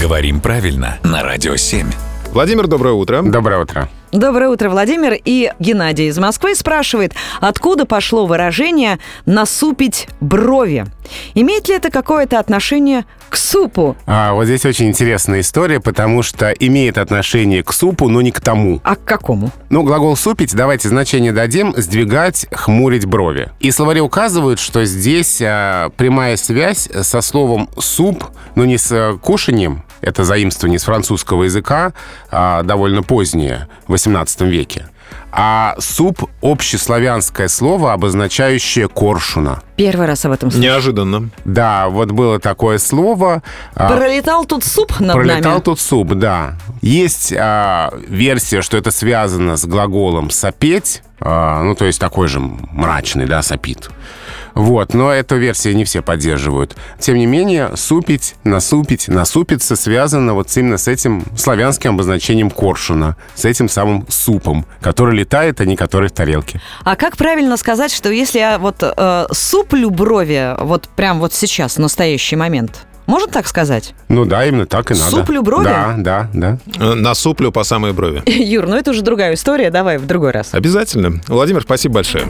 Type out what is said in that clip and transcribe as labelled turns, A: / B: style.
A: Говорим правильно на Радио 7.
B: Владимир, доброе утро.
C: Доброе утро.
D: Доброе утро, Владимир. И Геннадий из Москвы спрашивает, откуда пошло выражение «насупить брови». Имеет ли это какое-то отношение к супу?
C: А, вот здесь очень интересная история, потому что имеет отношение к супу, но не к тому.
D: А к какому?
C: Ну, глагол «супить» давайте значение дадим «сдвигать», «хмурить брови». И словари указывают, что здесь а, прямая связь со словом «суп», но не с а, кушанием, это заимствование из французского языка, а, довольно позднее, в XVIII веке. А «суп» — общеславянское слово, обозначающее коршуна.
D: Первый раз об этом слышу.
B: Неожиданно.
C: Да, вот было такое слово. а,
D: Пролетал тут суп над
C: Пролетал
D: нами.
C: тут суп, да. Есть а, версия, что это связано с глаголом сопеть, а, ну то есть такой же мрачный, да, сопит. Вот, но эту версию не все поддерживают. Тем не менее, супить, насупить, насупиться связано вот именно с этим славянским обозначением коршуна, с этим самым супом, который летает, а не который в тарелке.
D: А как правильно сказать, что если я вот э, суплю брови вот прям вот сейчас, в настоящий момент? Можно так сказать?
C: Ну да, именно так и надо.
D: Суплю брови?
C: Да, да, да.
B: Э, Насуплю по самой брови.
D: Юр, ну это уже другая история, давай в другой раз.
B: Обязательно. Владимир, спасибо большое.